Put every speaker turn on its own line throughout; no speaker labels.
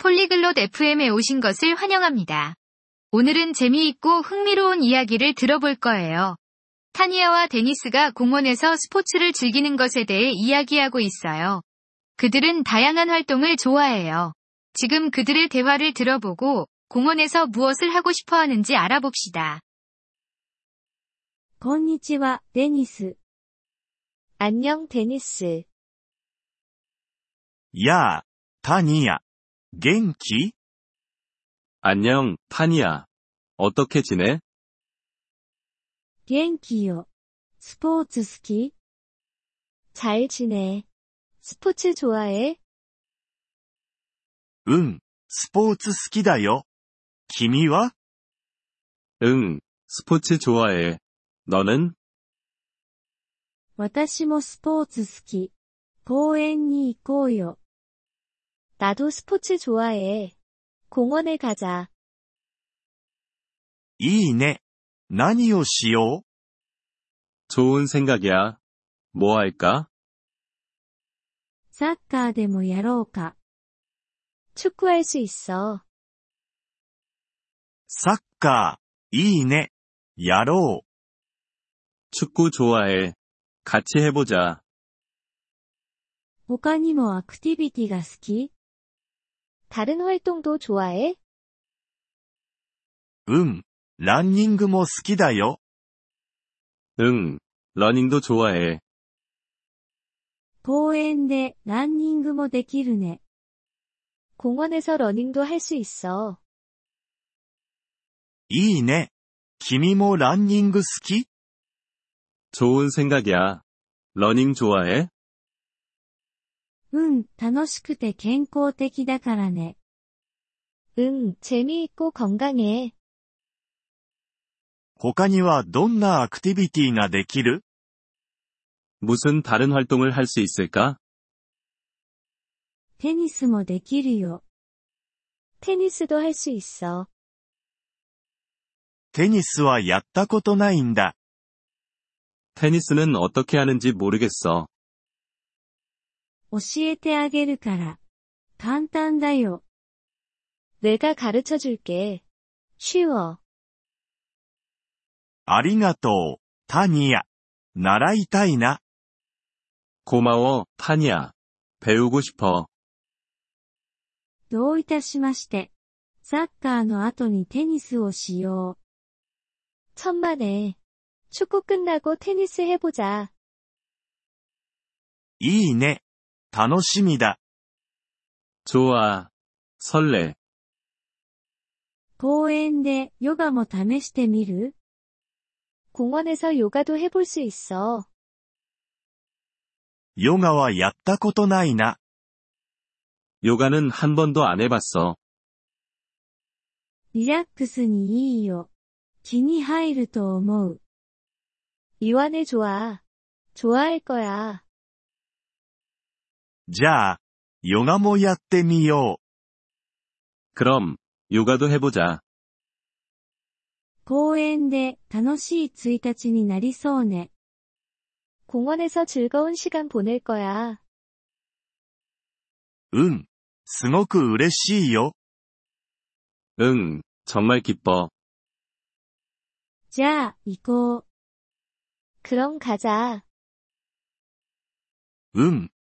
폴리글롯 FM에 오신 것을 환영합니다. 오늘은 재미있고 흥미로운 이야기를 들어볼 거예요. 타니아와 데니스가 공원에서 스포츠를 즐기는 것에 대해 이야기하고 있어요. 그들은 다양한 활동을 좋아해요. 지금 그들의 대화를 들어보고 공원에서 무엇을 하고 싶어 하는지 알아봅시다.
こんにちは、デニス。안녕、デニス。
やあ、タニア。元気
안녕, 타니야. 어떻게 지내?
元気よ。スポーツ好き잘지내。スポーツ좋아해
うん、スポーツ好きだよ。君は
응, 스포츠 좋아해. 너는?
私もスポーツ好き。公園に行こうよ。나도스포츠좋아해。公園へ가자。
いいね。何をしよ
좋은 생각이야. 뭐 할까?
サッカーでもやろうか。축구할수있어。
うサッカー、いいね。やろ
축구 좋아해. 같이 해보자.
他にもアクティビティが好き다른활동도좋아해
う。うん、ランニングも好きだよ。
응, 러닝도 좋아해.
公園でランニングもできるね。公園에서러닝도할 수있어。
いいね。君もランニング好き
좋은 생각이야. 러닝 좋아해?
うん、楽しくて健康的だからね。うん、재미있고건강해。
他にはどんなアクティビティができる
무슨 다른 활동을 할 수 있을까?
テニスもできるよ。テニス도할 수있어。
テニスはやったことないんだ。
테니스는 어떻게 하는지 모르겠어.
教えてあげるから。簡単だよ。내가가르쳐줄게。쉬워。
ありがとう、タニア。習いたいな。
고마워, 타니야. 배우고 싶어.
どういたしまして。サッカーの後にテニスをしよう。천만에。축구끝나고テニス해보자。
いいね。楽しみだ。
좋아. 설레.
公園でヨガも試してみる公園에서요가도해볼수있어。
ヨガはやったことないな。
요가는 한 번도 안 해봤어.
リラックスにいいよ。気に入ると思う。이완해좋아。좋아할거야。
じゃあ、ヨガもやってみよ
그럼, 요가도 해보자.
公園で楽しい1日になりそうね。公園에서즐거운시간보낼거야。
う。うん。すごく嬉しいよ。
응, 정말 기뻐.
じゃあ、行こう。그럼가자。
うん、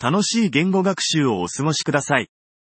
楽しい言語学習をお過ごしください。